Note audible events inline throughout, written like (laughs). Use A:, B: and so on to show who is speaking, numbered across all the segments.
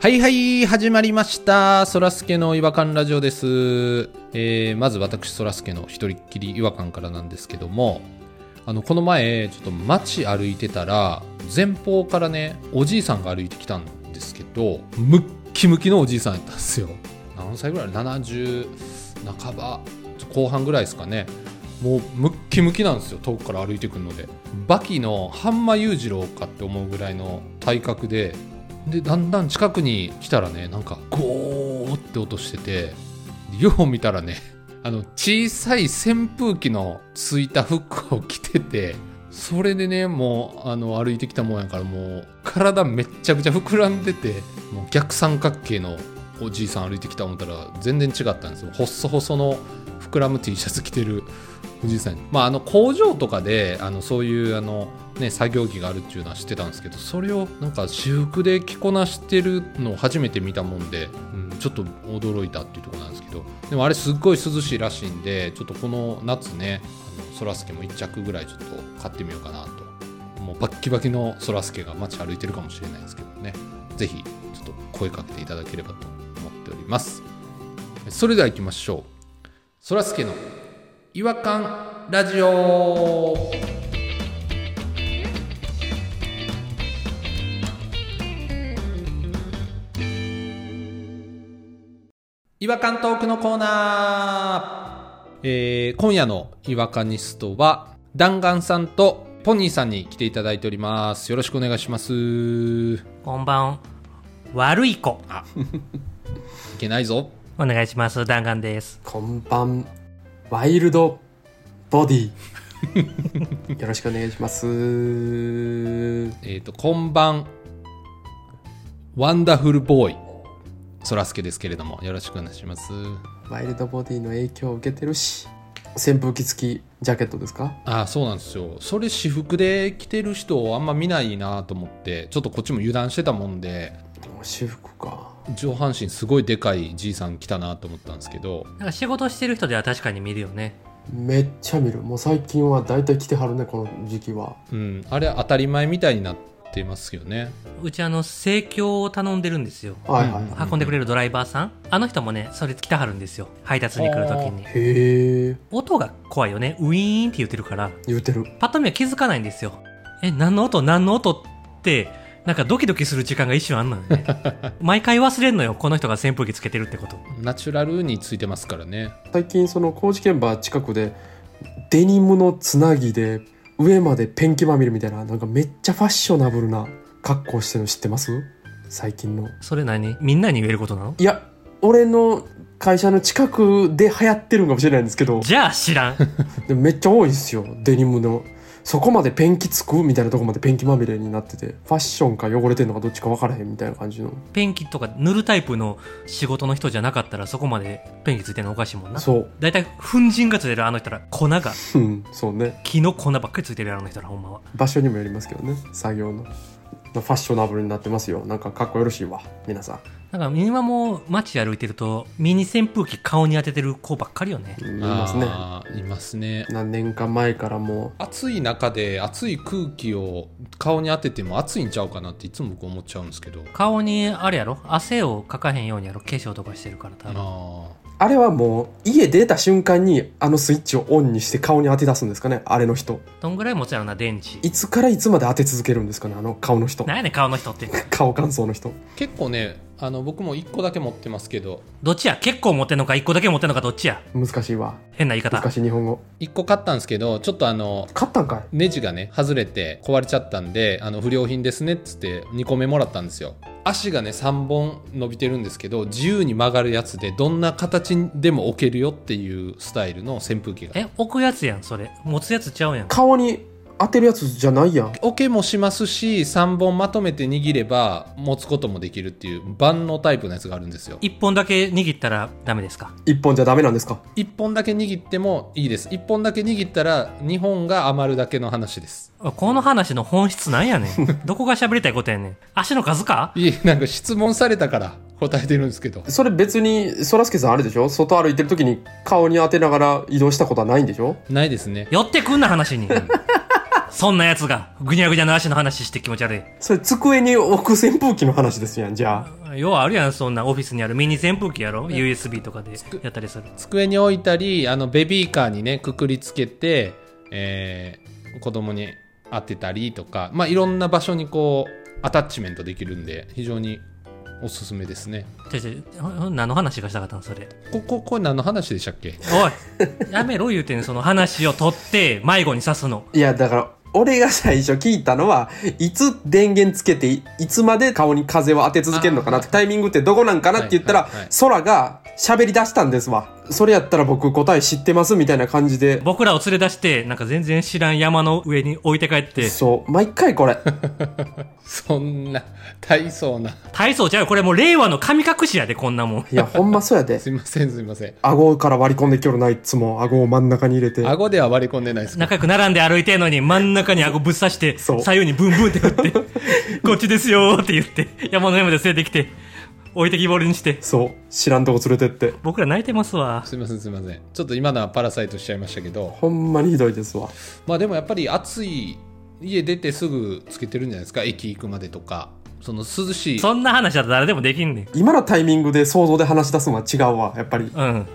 A: はいはい、始まりました。そらすけの違和感ラジオです。えーまず私、そらすけの一人っきり違和感からなんですけども、あの、この前、ちょっと街歩いてたら、前方からね、おじいさんが歩いてきたんですけど、ムッキムキのおじいさんやったんですよ。何歳ぐらい ?70 半ば、ちょ後半ぐらいですかね。もうムッキムキなんですよ遠くから歩いてくるのでバキの半間裕次郎かって思うぐらいの体格ででだんだん近くに来たらねなんかゴーって音しててよう見たらね (laughs) あの小さい扇風機のついた服を着ててそれでねもうあの歩いてきたもんやからもう体めっちゃくちゃ膨らんでてもう逆三角形のおじいさん歩いてきた思ったら全然違ったんですよ細々の膨らむ T シャツ着てるおじいさんまああの工場とかであのそういうあの、ね、作業着があるっていうのは知ってたんですけどそれをなんか私服で着こなしてるのを初めて見たもんで、うん、ちょっと驚いたっていうところなんですけどでもあれすっごい涼しいらしいんでちょっとこの夏ねあのそらすけも1着ぐらいちょっと買ってみようかなともうバッキバキのそらすけが街歩いてるかもしれないんですけどねぜひちょっと声かけていただければと思っておりますそれでは行きましょうそらすけの違和感ラジオ違和感トークのコーナー、えー今夜の違和感ニストは弾丸さんとポニーさんに来ていただいておりますよろしくお願いしますい
B: こんばん悪い子
A: けないぞ
B: お願いします弾丸です
C: こんばんワイルドボデ
A: (laughs)
C: ィよろしくお願いします
A: えっ、と、こんばん、ワンダフルボーイ、そらすけですけれども、よろしくお願いします。
C: ワイルドボディの影響を受けてるし扇風機付きジャケットですか
A: ああ、そうなんですよ。それ、私服で着てる人をあんま見ないなと思って、ちょっとこっちも油断してたもんで、
C: 私服か
A: 上半身すごいでかいじいさん来たなと思ったんですけど、
B: なんか仕事してる人では確かに見るよね
C: めっちゃ見るもう最近はだいたい着てはるねこの時期は
A: うん、あれ当たり前みたいになってますよね。
B: うちあの盛況を頼んでるんですよ
C: はいはい、
A: うん
C: は
B: 運んでくれるドライバーさんあの人もねそれ来てはるんですよ配達に来るときに
C: い、へえ
B: 音が怖いよねウィーンって言ってるから
C: 言うてる
B: パッと見は気づかないんですよえ何の音何の音ってなんかドキドキする時間が一瞬あんのよね毎回忘れんのよこの人が扇風機つけてるってこと
A: ナチュラルについてますからね。
C: 最近その工事現場近くでデニムのつなぎで上までペンキまみれみたいななんかめっちゃファッショナブルな格好してるの知ってます最近の
B: それ何みんなに言えることなの
C: いや俺の会社の近くで流行ってるんかもしれないんですけど
B: じゃあ知らん
C: でもめっちゃ多いんですよデニムのそこまでペンキつくみたいなとこまでペンキまみれになっててファッションか汚れてんのかどっちか分からへんみたいな感じの
B: ペンキとか塗るタイプの仕事の人じゃなかったらそこまでペンキついてるのおかしいもんな
C: そう
B: 大体粉塵がついてるあの人ら粉が
C: うんそうね
B: 木の粉ばっかりついてるあの人らほんまは
C: 場所にもよりますけどね作業のファッショナブルになってますよなんかかっこよろしいわ皆さん
B: なんかみんなもう街歩いてるとミニ扇風機顔に当ててる子ばっかりよね
C: いますね
A: あーいますね。
C: 何年か前からも
A: 暑い中で暑い空気を顔に当てても暑いんちゃうかなっていつも僕思っちゃうんですけど。
B: 顔にあれやろ汗をかかへんようにやろ化粧とかしてるから多分
A: ああ。
C: あれはもう家出た瞬間にあのスイッチをオンにして顔に当て出すんですかねあれの人
B: どんぐらい持つやろな電池
C: いつからいつまで当て続けるんですかねあの顔の人
B: なんやねん顔の人って
C: 顔乾燥の人
A: 結構ねあの僕も1個だけ持ってますけど
B: どっちや結構持ってんのか一個だけ持ってんのかどっちや
C: 難しいわ
B: 変な言い方
C: 難しい日本語
A: 1個買ったんですけどちょっとあの
C: 勝ったんかい
A: ネジがね外れて壊れちゃったんであの不良品ですねっつって2個目もらったんですよ足がね3本伸びてるんですけど自由に曲がるやつでどんな形でも置けるよっていうスタイルの扇風機が
B: え置くやつやんそれ持つやつちゃうやん
C: 顔に当てるやつじゃないやん
A: 置けもしますし3本まとめて握れば持つこともできるっていう万能タイプのやつがあるんですよ
B: 一本だけ握ったらダメですか
C: 一本じゃダメなんですか
A: 1本だけ握ってもいいです1本だけ握ったら2本が余るだけの話です
B: この話の本質なんやねんどこが喋りたいことやねん足の数か
A: いえなんか質問されたから答えてるんですけど
C: それ別にそらすけさんあれでしょ外歩いてる時に顔に当てながら移動したことはないんでしょ
A: ないですね
B: 寄ってくんな話にそんなやつがぐにゃぐにゃの足の話して気持ち悪い
C: それ机に置く扇風機の話ですやんじゃあ
B: ようあるやんそんなオフィスにあるミニ扇風機やろ USB とかでやったりする
A: 机に置いたりあのベビーカーにねくくりつけて、えー子供に当てたりとか、まあ、いろんな場所にこうアタッチメントできるんで非常におすすめですね
B: ちょちょほほ何の話がしたかったのそれ
A: こここれ何の話でしたっけ (laughs)
B: おいやめろ言うてんねんその話を取って迷子に刺すの
C: いやだから俺が最初聞いたのはいつ電源つけていいつまで顔に風を当て続けるのかなってタイミングってどこなんかなって言ったら
A: はいはいはい
C: 空が喋り出したんですわそれやったら僕答え知ってますみたいな感じで
B: 僕らを連れ出してなんか全然知らん山の上に置いて帰って
C: そう毎回これ
A: そんな大層な
B: 体操ちゃうよこれもう令和の神隠しやでこんなもん
C: いやほんまそうやです
A: いませんすいません
C: 顎から割り込んできょるないつも顎を真ん中に入れて
A: 顎では割り込んでないですか
B: 仲良く並んで歩いてんのに真ん中に顎ぶっ刺して
C: そう
B: 左右にブンブンって振っ
C: (laughs)
B: て「こっちですよ」って言って山の上まで連れてきて置いてきぼりにして
C: そう知らんとこ連れてって
B: 僕ら泣いてますわ
A: すいませんすいませんちょっと今のはパラサイトしちゃいましたけど
C: ほんまにひどいですわ
A: まあでもやっぱり暑い家出てすぐつけてるんじゃないですか駅行くまでとかその涼しい
B: そんな話だったら誰でもできんねん
C: 今のタイミングで想像で話し出すのは違うわやっぱり
B: うん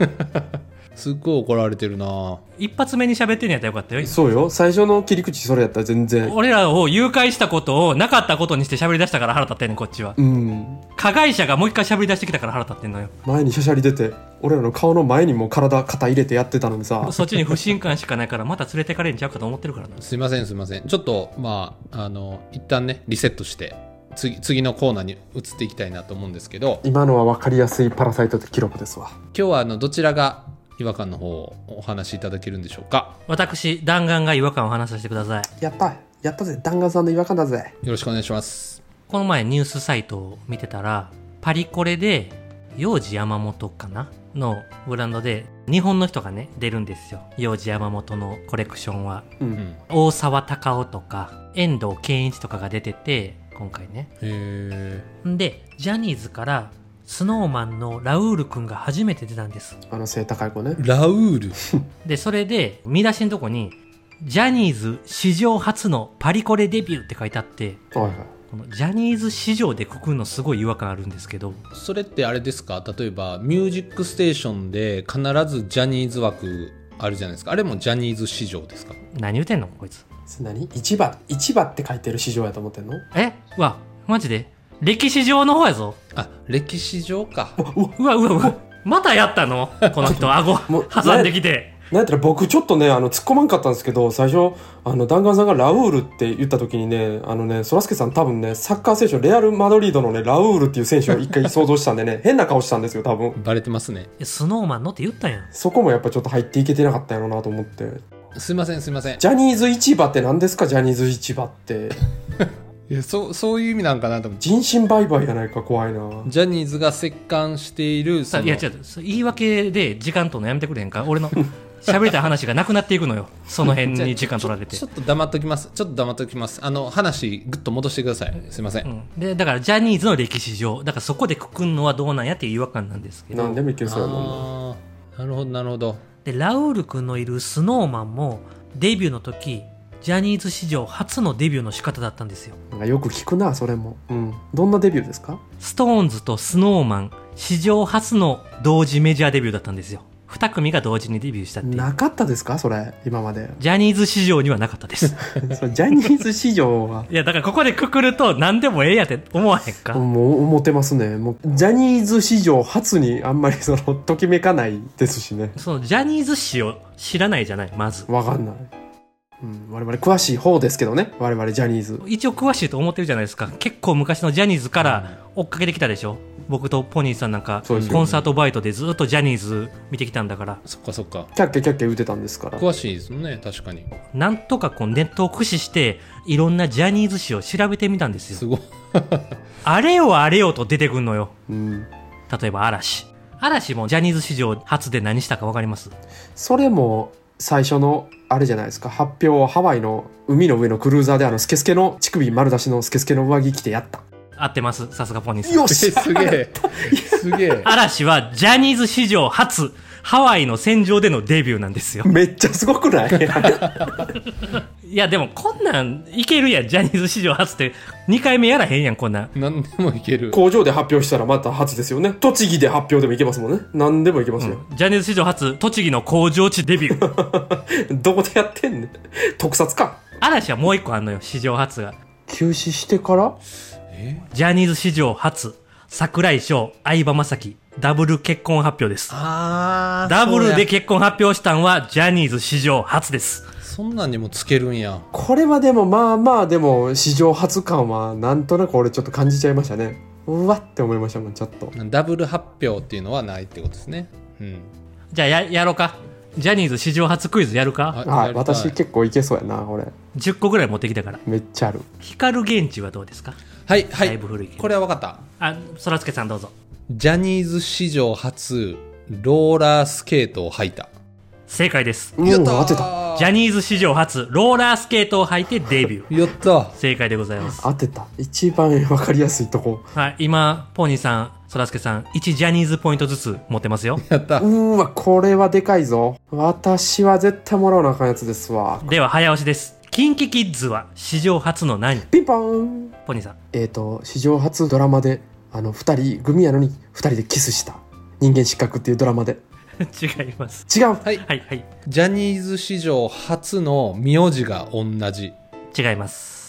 A: すっごい怒られてるな
B: 一発目に喋ってんのやったらよかったよ
C: そうよ最初の切り口それやったら全然
B: 俺らを誘拐したことをなかったことにして喋り出したから腹立ってんねんこっちは
C: うん
B: 加害者がもう一回喋り出してきたから腹立ってんのよ
C: 前にしゃしゃり出て俺らの顔の前にもう体肩入れてやってたのにさ
B: そっちに不信感しかないからまた連れてかれんちゃうかと思ってるからな
A: すいませんすいませんちょっとまああの一旦ねリセットして次次のコーナーに移っていきたいなと思うんですけど
C: 今のは分かりやすいパラサイトって記録ですわ
A: 今日はあのどちらが違和感の方をお話しいただけるんでしょうか
B: 私弾丸が違和感を話させてください
C: やったやったぜ弾丸さんの違和感だぜ
A: よろしくお願いします
B: この前ニュースサイトを見てたらパリコレで幼児山本かなのブランドで日本の人がね出るんですよ幼児山本のコレクションは
C: う
A: うんん
B: 大沢たかおとか遠藤健一とかが出てて今回ね
A: へえ
B: んでジャニーズからスノーマンのラウールくんが初めて出たんです
C: あの背高い子ね
A: ラウール
B: でそれで見出しのとこにジャニーズ史上初のパリコレデビューって書いてあって
C: はいはい
B: このジャニーズ史上でくくるのすごい違和感あるんですけど
A: それってあれですか例えば「ミュージックステーション」で必ずジャニーズ枠あるじゃないですかあれもジャニーズ市場ですか
B: 何言うてんのこいつ
C: それ何市場市場って書いてる市場やと思ってんの
B: えうわマジで歴史上の方やぞ
A: あ歴史上か
B: うわうわうわまたやったのこの (laughs) 人顎
C: もう
B: 挟んできて
C: なんやったら僕ちょっとねあの突っ込まんかったんですけど最初あの弾丸さんがラウールって言った時にねあのねそらすけさん多分ねサッカー選手のレアル・マドリードのねラウールっていう選手を一回想像したんで (laughs) ね変な顔したんですよ多分
A: バレてますね
B: えスノーマンのって言ったやん
C: そこもやっぱちょっと入っていけてなかったんやろうなと思って
A: すいませんすいません
C: ジャニーズ市場って何ですかジャニーズ市場って
A: いやそうそういう意味なんかなと思って
C: 人身売買やないか怖いな
A: ジャニーズが折檻しているそ
B: さ
A: の
B: いや違うそう言い訳で時間取るのやめてくれへんか (laughs) 俺の喋りたい話がなくなっていくのよその辺に時間取られて
A: ちょっと黙っときますちょっと黙っときますあの話ぐっと戻してくださいすいません、
B: うんでだからジャニーズの歴史上だからそこでくくんのはどうなんやっていう違和感なんですけど
C: 何でもいけそうやもんな
A: あーなるほどなるほど
B: でラウール君のいるスノーマンもデビューの時ジャニーズ史上初のデビューの仕方だったんですよ
C: なんかよく聞くなそれもうんどんなデビューですか
B: ストーンズとスノーマン史上初の同時メジャーデビューだったんですよ2組が同時にデビューしたっていう
C: なかったですかそれ今まで
B: ジャニーズ史上にはなかったです
C: (laughs) それジャニーズ市場はい
B: やだからここでくくると何でもええやって思わへんか、
C: もう思ってますねもうジャニーズ史上初にあんまりそのときめかないですしね
B: そのジャニーズ史を知らないじゃないまず
C: わかんない、うん、我々詳しい方ですけどね我々ジャニーズ
B: 一応詳しいと思ってるじゃないですか結構昔のジャニーズから追っかけてきたでしょ僕とポニーさんなんか
C: そうですよね
B: コンサートバイトでずっとジャニーズ見てきたんだから
A: そっかそっか
C: キャッキャキャッキャ言うてたんですから
A: 詳しいですもんね確かに
B: なんとかこうネットを駆使していろんなジャニーズ誌を調べてみたんです
A: す
B: よ
A: ごい
B: あれよあれよと出てくんのよ
C: うん
B: 例えば嵐嵐もジャニーズ史上初で何したか分かります
C: それも最初のあれじゃないですか発表ハワイの海の上のクルーザーであのスケスケの乳首丸出しのスケスケの上着着てやった
B: 合ってます。さすがポニーさん。
C: よ
A: え
C: し
A: すげえすげえ
B: 嵐はジャニーズ史上初、ハワイの戦場でのデビューなんですよ。
C: (laughs) めっちゃすごくない
A: (laughs)
B: いや、でもこんなんいけるやん。ジャニーズ史上初って、2回目やらへんやん、こんなん。
A: 何でもいける
C: 工場で発表したらまた初ですよね。栃木で発表でもいけますもんね。何でもいけますよ。
B: ジャニーズ史上初、栃木の工場地デビュー。
C: どこでやってんねん。特撮か。
B: 嵐はもう一個あんのよ、史上初が。
C: 休止してから
A: え
B: ジャニーズ史上初、桜井翔、相葉雅紀、ダブル結婚発表です。
A: あー
B: ダブルで
A: そ
B: 結婚発表したんは、ジャニーズ史上初です。
A: うやそんなんにもつけるんや
C: これはでもまあまあでも史上初感はなんとなく俺ちょっと感じちゃいましたね。うわって思いましたもん、ちょっと。
A: ダブル発表っていうのはないってことですねうん
B: じゃあや、やろうか。ジャニーズ史上初クイズやるか
A: あ
C: はい、
A: やりた
C: 私結構いけそうやな、俺。
B: ?10 個ぐらい持ってきたから。
C: めっちゃある。
B: 光源氏はどうですか
A: はいは
B: だい
A: い
B: ぶ古いけど
A: これは分かった
B: あ、そらすけさんどうぞ。
A: ジャニーズ史上初ローラースケートを履いた
B: 正解です。
C: うん、
A: やった
C: 当てた。
B: ジャニーズ史上初、ローラースケートを履いてデビュー。
A: やった
B: 正解でございます。
C: 当てた。一番わかりやすいとこ。
B: はい、今、ポニーさん、そらすけさん、1ジャニーズポイントずつ持ってますよ。
A: やった
C: うーわ、これはでかいぞ。私は絶対もらわなあかんやつですわ。
B: では、早押しです。キンキキッズは史上初の何
C: ピンポン
B: ポニーさん。 (laughs)
C: えっ、と、史上初ドラマで、あの、二人、組やのに二人でキスした。人間失格っていうドラマで。
B: 違います。
C: 違う
A: はい
B: はい、はい。
A: ジャニーズ史上初の名字が同じ
B: 違います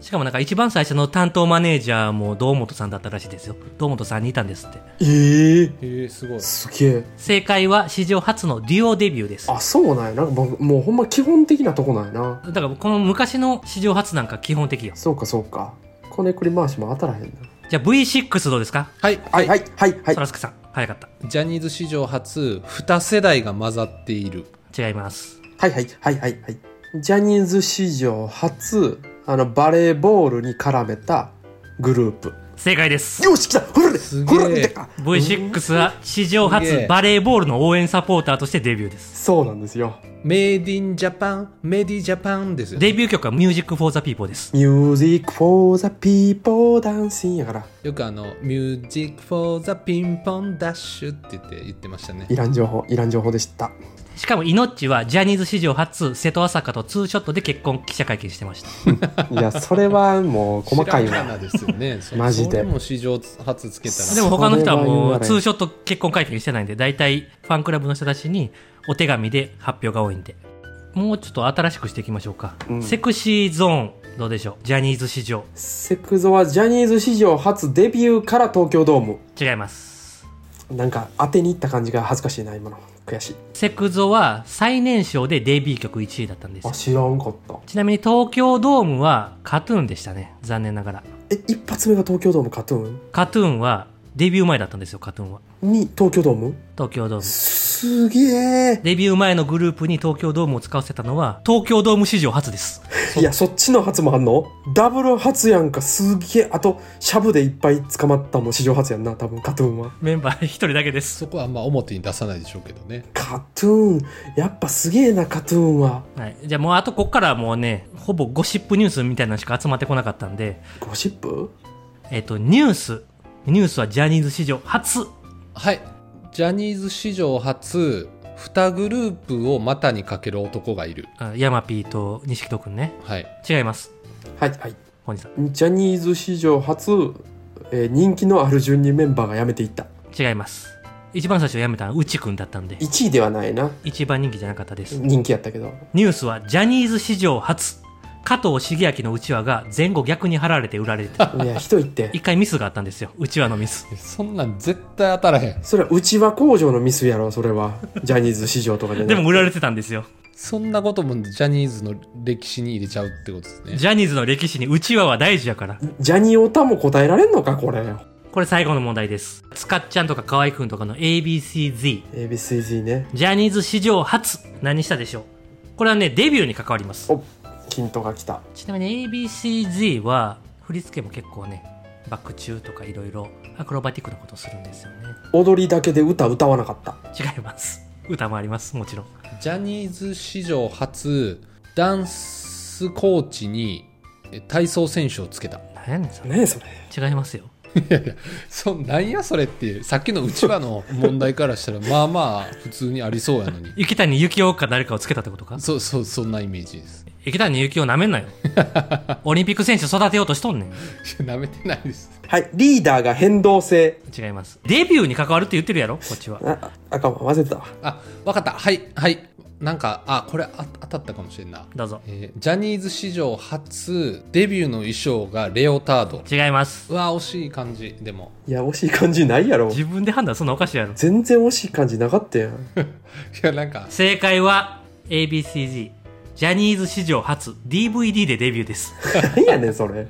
B: しかもなんか一番最初の担当マネージャーも堂本さんだったらしいですよ堂本さんにいたんですって
C: ええー、
A: えすごい
C: すげえ。
B: 正解は史上初のデュオデビューです
C: あ、そうなんや。なんかもう、もうほんま基本的なとこなんやな。
B: だからこの昔の史上初なんか基本的よ
C: そうか、そうか。こねくり回しも当たらへんな。
B: じゃあ V6 どうですか
A: はい
C: はい、はい、はい、はい
B: そ。らすけさん早かっ
A: ジャニーズ史上初2世代が混ざっている
B: た違います
C: はい、はい、はい、はい、はい。ジャニーズ史上初、あの、バレーボールに絡めたグループ。
B: 正解です
C: よし、来たほら
A: すげえ
C: ほら見てか
B: V6 は史上
A: すげ
B: 初
A: え
B: バレーボールの応援サポーターとしてデビューです
C: そうなんですよ。
A: メイディンジャパンメディジャパンですよ
B: デビュー曲は Music for the People です
C: ミュージックフォーザピーポーダンシンやから。
A: よくあの「ミュージック・フォー・ザ・ピンポン・ダッシュ」って言って言ってましたね
C: いらん情報、いらん情報でした。
B: しかもイノッチはジャニーズ史上初瀬戸朝香とツーショットで結婚記者会見してました
C: い (laughs) や、それはもう細かい
A: 白花
C: わ。
A: ですよ
C: (laughs)
A: ねそ
C: マジで
A: それも史上初つけたら
B: でも他の人はも
C: それは言わ
B: う
C: れん
B: ツーショット結婚会見してないんで、大体ファンクラブの人たちにお手紙で発表が多いんで。もうちょっと新しくしていきましょうか。
C: うん
B: セクシーゾーン、どうでしょうジャニーズ史上。
C: セクゾはジャニーズ史上初デビューから東京ドーム。
B: 違います。
C: なんか当てに行った感じが恥ずかしいな、今の。悔しい。
B: セクゾは最年少でデビュー曲1位だったんです
C: あ、
B: よ。
C: 知らんかった。
B: ちなみに東京ドームはカトゥーンでしたね。残念ながら。
C: え、一発目が東京ドームカトゥー
B: カトゥーンはデビュー前だったんですよ、カトゥーンは。
C: ンに東京ドーム
B: 東京ドーム。
C: すげえ。
B: デビュー前のグループに東京ドームを使わせたのは東京ドーム史上初です。
C: (laughs) いや、そっちの初もあんのダブル初やんか、すげえ。あと、シャブでいっぱい捕まったもん史上初やんな、多分カトゥーンは。
B: メンバー一人だけです。
A: そこはあんま表に出さないでしょうけどね
C: カトゥーン、やっぱすげえな、カトゥーンは。
B: はい、じゃあもうあとこっからはもうねほぼゴシップニュースみたいなのしか集まってこなかったんで、
C: ゴシップ
B: えっとニュースニュースはジャニーズ史上初
A: はいジャニーズ史上初2グループを股にかける男がいる
B: あヤマピーと錦戸くんね
A: はい
B: 違います
C: はい、はい。
B: 本人さ
C: ジャニーズ史上初、えー人気のある順にメンバーが辞めていった。
B: ん違います一番最初辞めたのはうちくんだったんで
C: 1位ではないな。
B: 一番人気じゃなかったです
C: 人気やったけ (laughs) ど。
B: ニュースはジャニーズ史上初加藤茂明のうちわが前後逆に貼られて売られて
C: (laughs)
B: た
C: いや、人いって。
B: 一回ミスがあったんですようちわのミス
A: そんなん絶対当たらへん
C: それはうちは工場のミスやろ、それ (laughs) は。ジャニーズ史上とかでね。
B: でも売られてたんですよ
A: そんなこともジャニーズの歴史に入れちゃうってことですね
B: ジャニーズの歴史にうちわは大事やから
C: ジャニオタも答えられんのか、これ。
B: これ最後の問題です。つかっちゃんとかかわいくんとかの ABCZ。
C: ABCZ ね。
B: ジャニーズ史上初。何したでしょうこれはね、デビューに関わります。
C: お、ヒントが来た。
B: ちなみに ABCZ は、振り付けも結構ね、バック中とかいろいろアクロバティックなことをするんですよね。
C: 踊りだけで歌歌わなかった。
B: 違います。歌もあります、もちろん。
A: ジャニーズ史上初ダンスコーチにえ体操選手をつけた
B: 何やねんそれ
C: ねえそれ
B: 違いますよ
A: そなんやそれっていうさっきのうちわの問題からしたらまあまあ普通にありそうやのに
B: 池谷幸雄か誰かをつけたってことか
A: そうそうそんなイメージです
B: 池谷幸雄なめんなよオリンピック選手育てようとしとんねん
A: なめてないです
C: はいリーダーが変動性
B: 違いますデビューに関わるって言ってるやろこっちは
C: ああかんわ混ぜてたわ
A: あわかったはいはいなんかあこれあ当たったかもしれんな、
B: どうぞ
A: えージャニーズ史上初デビューの衣装がレオタード
B: 違います
A: うわ惜しい感じでも
C: いや惜しい感じないやろ
B: 自分で判断すんのおかしいやろ
C: 全然惜しい感じなかったやん (laughs)
A: いやなんか
B: 正解は ABCG ジャニーズ史上初 DVD でデビューです
C: 何やねんそれ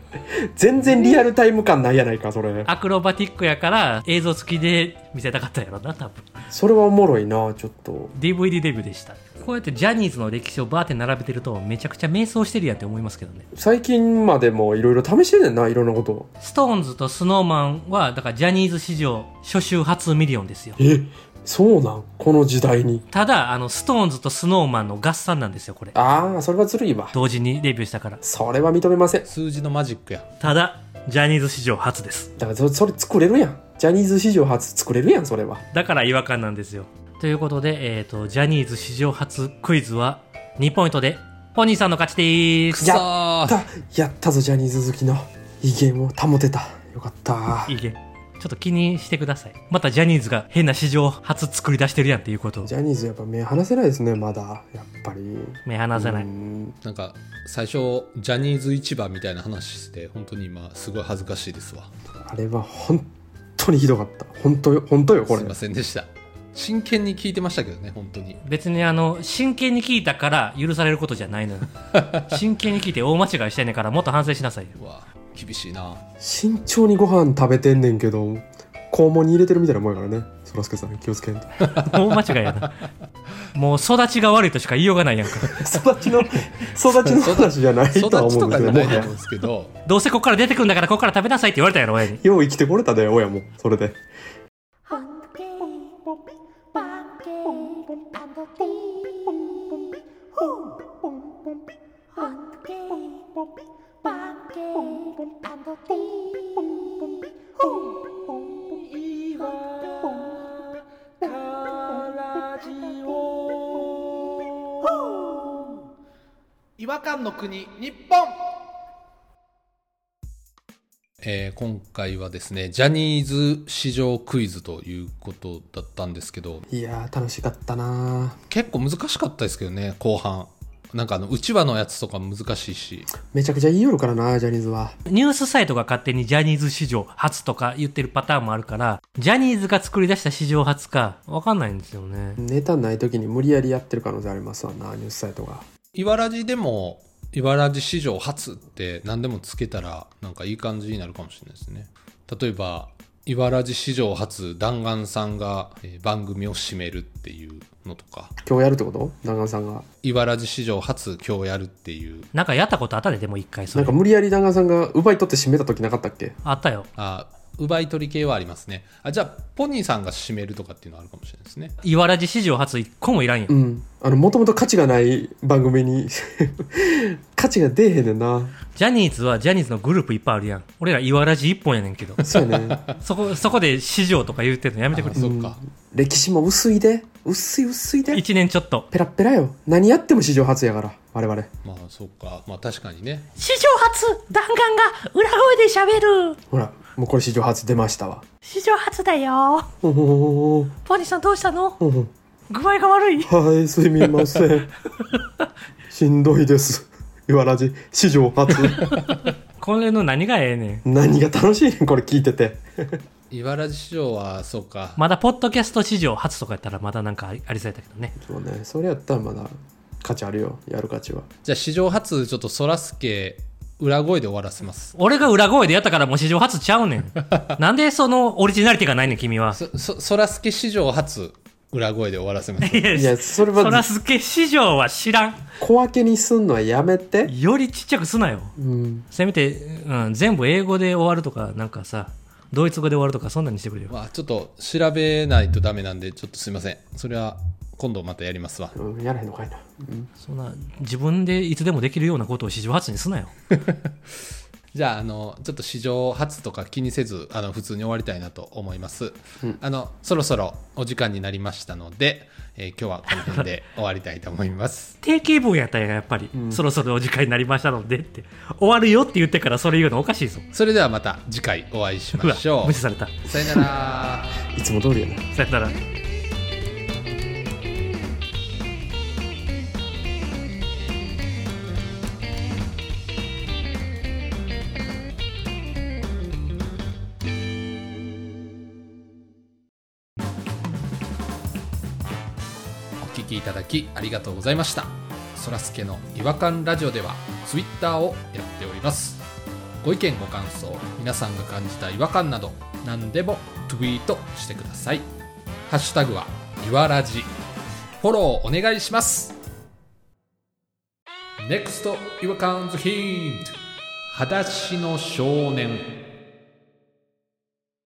C: 全然リアルタイム感ないやないかそれ
B: アクロバティックやから映像付きで見せたかったやろな多分
C: それはおもろいなちょっと
B: DVD デビューでしたこうやってジャニーズの歴史をバーって並べてるとめちゃくちゃ迷走してるやんって思いますけどね
C: 最近までもいろいろ試してんねんないろんなこと
B: ストーンズとスノーマンはだからジャニーズ史上初週初ミリオンですよ
C: えそうなんこの時代に
B: ただあのストーンズとスノーマンの合算なんですよこれ
C: ああそれはずるいわ
B: 同時にデビューしたから
C: それは認めませんだ
A: 数字のマジックや
B: ただジャニーズ史上初です
C: からそそれ作れるやんジャニーズ史上初作れるやんそれは
B: だから違和感なんですよということで、えー、とジャニーズ史上初クイズは2ポイントでポニーさんの勝ちでーす
A: くそ
C: やったやったぞジャニーズ好きの威厳を保てたよかった
B: いいえちょっと気にしてくださいまたジャニーズが変な史上初作り出してるやんっていうことを
C: ジャニーズやっぱ目離せないですねまだやっぱり、
B: 目離せないう
C: ん
A: なんか最初ジャニーズ市場みたいな話して本当に今すごい恥ずかしいですわ
C: あれは本当にひどかった本当よ本当よこ
A: す
C: れ
A: いませんでした真剣に聞いてましたけどね本当に
B: 別にあの真剣に聞いたから許されることじゃないのよ真剣に聞いて大間違いしてんねんからもっと反省しなさいよ
A: うわ厳しいな
C: 慎重にご飯食べてんねんけど肛門に入れてるみたいなもんやからねそらすけさん気をつけんと
B: 大間違いやなもう育ちが悪いとしか言いようがないやんか
C: 育ちの育ちの話じゃない
A: 育
C: とは
A: ち
C: 思
A: と
C: うんで
A: か
C: す
A: じ
C: け
A: ゃ
C: ど
A: ない
C: も
A: と
C: は
A: 思うんですけど
B: どうせこっから出てくんだからこっから食べなさいって言われたやろ親に
C: よう生きてこれたで親もそれで
D: Hunky,
E: 違和感の国日本
A: えー今回はですねジャニーズ市場クイズということだったんですけど
C: いやー楽しかったなー
A: 結構難しかったですけどね後半なんかあのうちわのやつとか難しいし
C: めちゃくちゃ言いよるからなジャニーズは
B: ニュースサイトが勝手にジャニーズ史上初とか言ってるパターンもあるからジャニーズが作り出した史上初かわかんないんですよね
C: ネタない時に無理やりやってる可能性ありますわなニュースサイトが
A: いわらじでもいわらじ史上初って何でもつけたらなんかいい感じになるかもしれないですね例えばいわらじ史上初弾丸さんがえー番組を締めるっていうのとか
C: 今日やるってこと長野さんが
A: いわらじ史上初今日やるっていう
B: なんかやったことあったででも一回そ
C: なん
B: れ
C: か無理やり長野さんが奪い取って締めた時なかったっけ
B: あったよ
A: あ奪い取り系はありますねあじゃあポニーさんが締めるとかっていうのはあるかもしれないですね
B: いわらじ史上初一個もいらんよ
C: うんあのもともと価値がない (laughs) 番組に価値が出えへんねんな
B: ジャニーズはジャニーズのグループいっぱいあるやん俺らいわらじ一本やねんけど
C: そうやね
B: (laughs) そこそこで史上とか言ってるのやめてく
A: あ
B: れ
A: そっか、
C: 歴史も薄いで薄い薄いで
B: 一年ちょっと
C: ペラッペラよ何やっても史上初やから我々
A: まあそっかまあ確かにね
F: 史上初弾丸が裏声で喋る
C: ほらもうこれ史上初出ましたわ
F: 史上初だよ
C: ほほほ
F: ポニーさんどうしたの
C: ほほ
F: 具合が悪い
C: はいすみませ
F: (laughs)
C: んしんどいですいわらじ史上初
B: これの何がええねん
C: 何が楽しいねんこれ聞いてて
A: いわらじ史上はそうか
B: まだポッドキャスト史上初とかやったらまだなんかありありそうやったけどね
C: そうねそれやったらまだ価値あるよやる価値は
A: じゃあ史上初ちょっとそらすけ裏声で終わらせます
B: 俺が裏声でやったからもう史上初ちゃうねんなんでそのオリジナリティがないねん君は
A: そそそらすけ史上初裏声で終わらせます
B: いや
C: いやそれ
B: そら
C: は
B: すけ史上は知らん
C: 小分けにすんのはやめて
B: よりちっちゃくすなよ
C: うん
B: せめて、うん、全部英語で終わるとかなんかさドイツ語で終わるとかそんなんにしてくれよ
A: まあちょっと調べないとダメなんでちょっとすいませんそれは今度またやりますわ
C: うんやらへんのかいな、うん
B: そんな自分でいつでもできるようなことを史上初にすなよ
A: じゃあ、あの、ちょっと史上初とか気にせず、あの、普通に終わりたいなと思います。あの、そろそろお時間になりましたので、えー今日はこの辺で終わりたいと思います。
B: 定型文やったんややっぱり、そろそろお時間になりましたのでって終わるよって言ってからそれ言うのおかしいぞ
A: それではまた次回お会いし
B: う
A: ま
B: わ
A: しょ
B: 無
A: う。
B: 視された
A: さよなら。
C: いつも通りやな。
B: さよなら
A: お聞きいただきありがとうございましたそらすけの違和感ラジオではツイッターをやっておりますご意見ご感想皆さんが感じた違和感など何でもツイートしてくださいハッシュタグはいわらじフォローお願いします NEXT 違和感ズヒント裸足の少年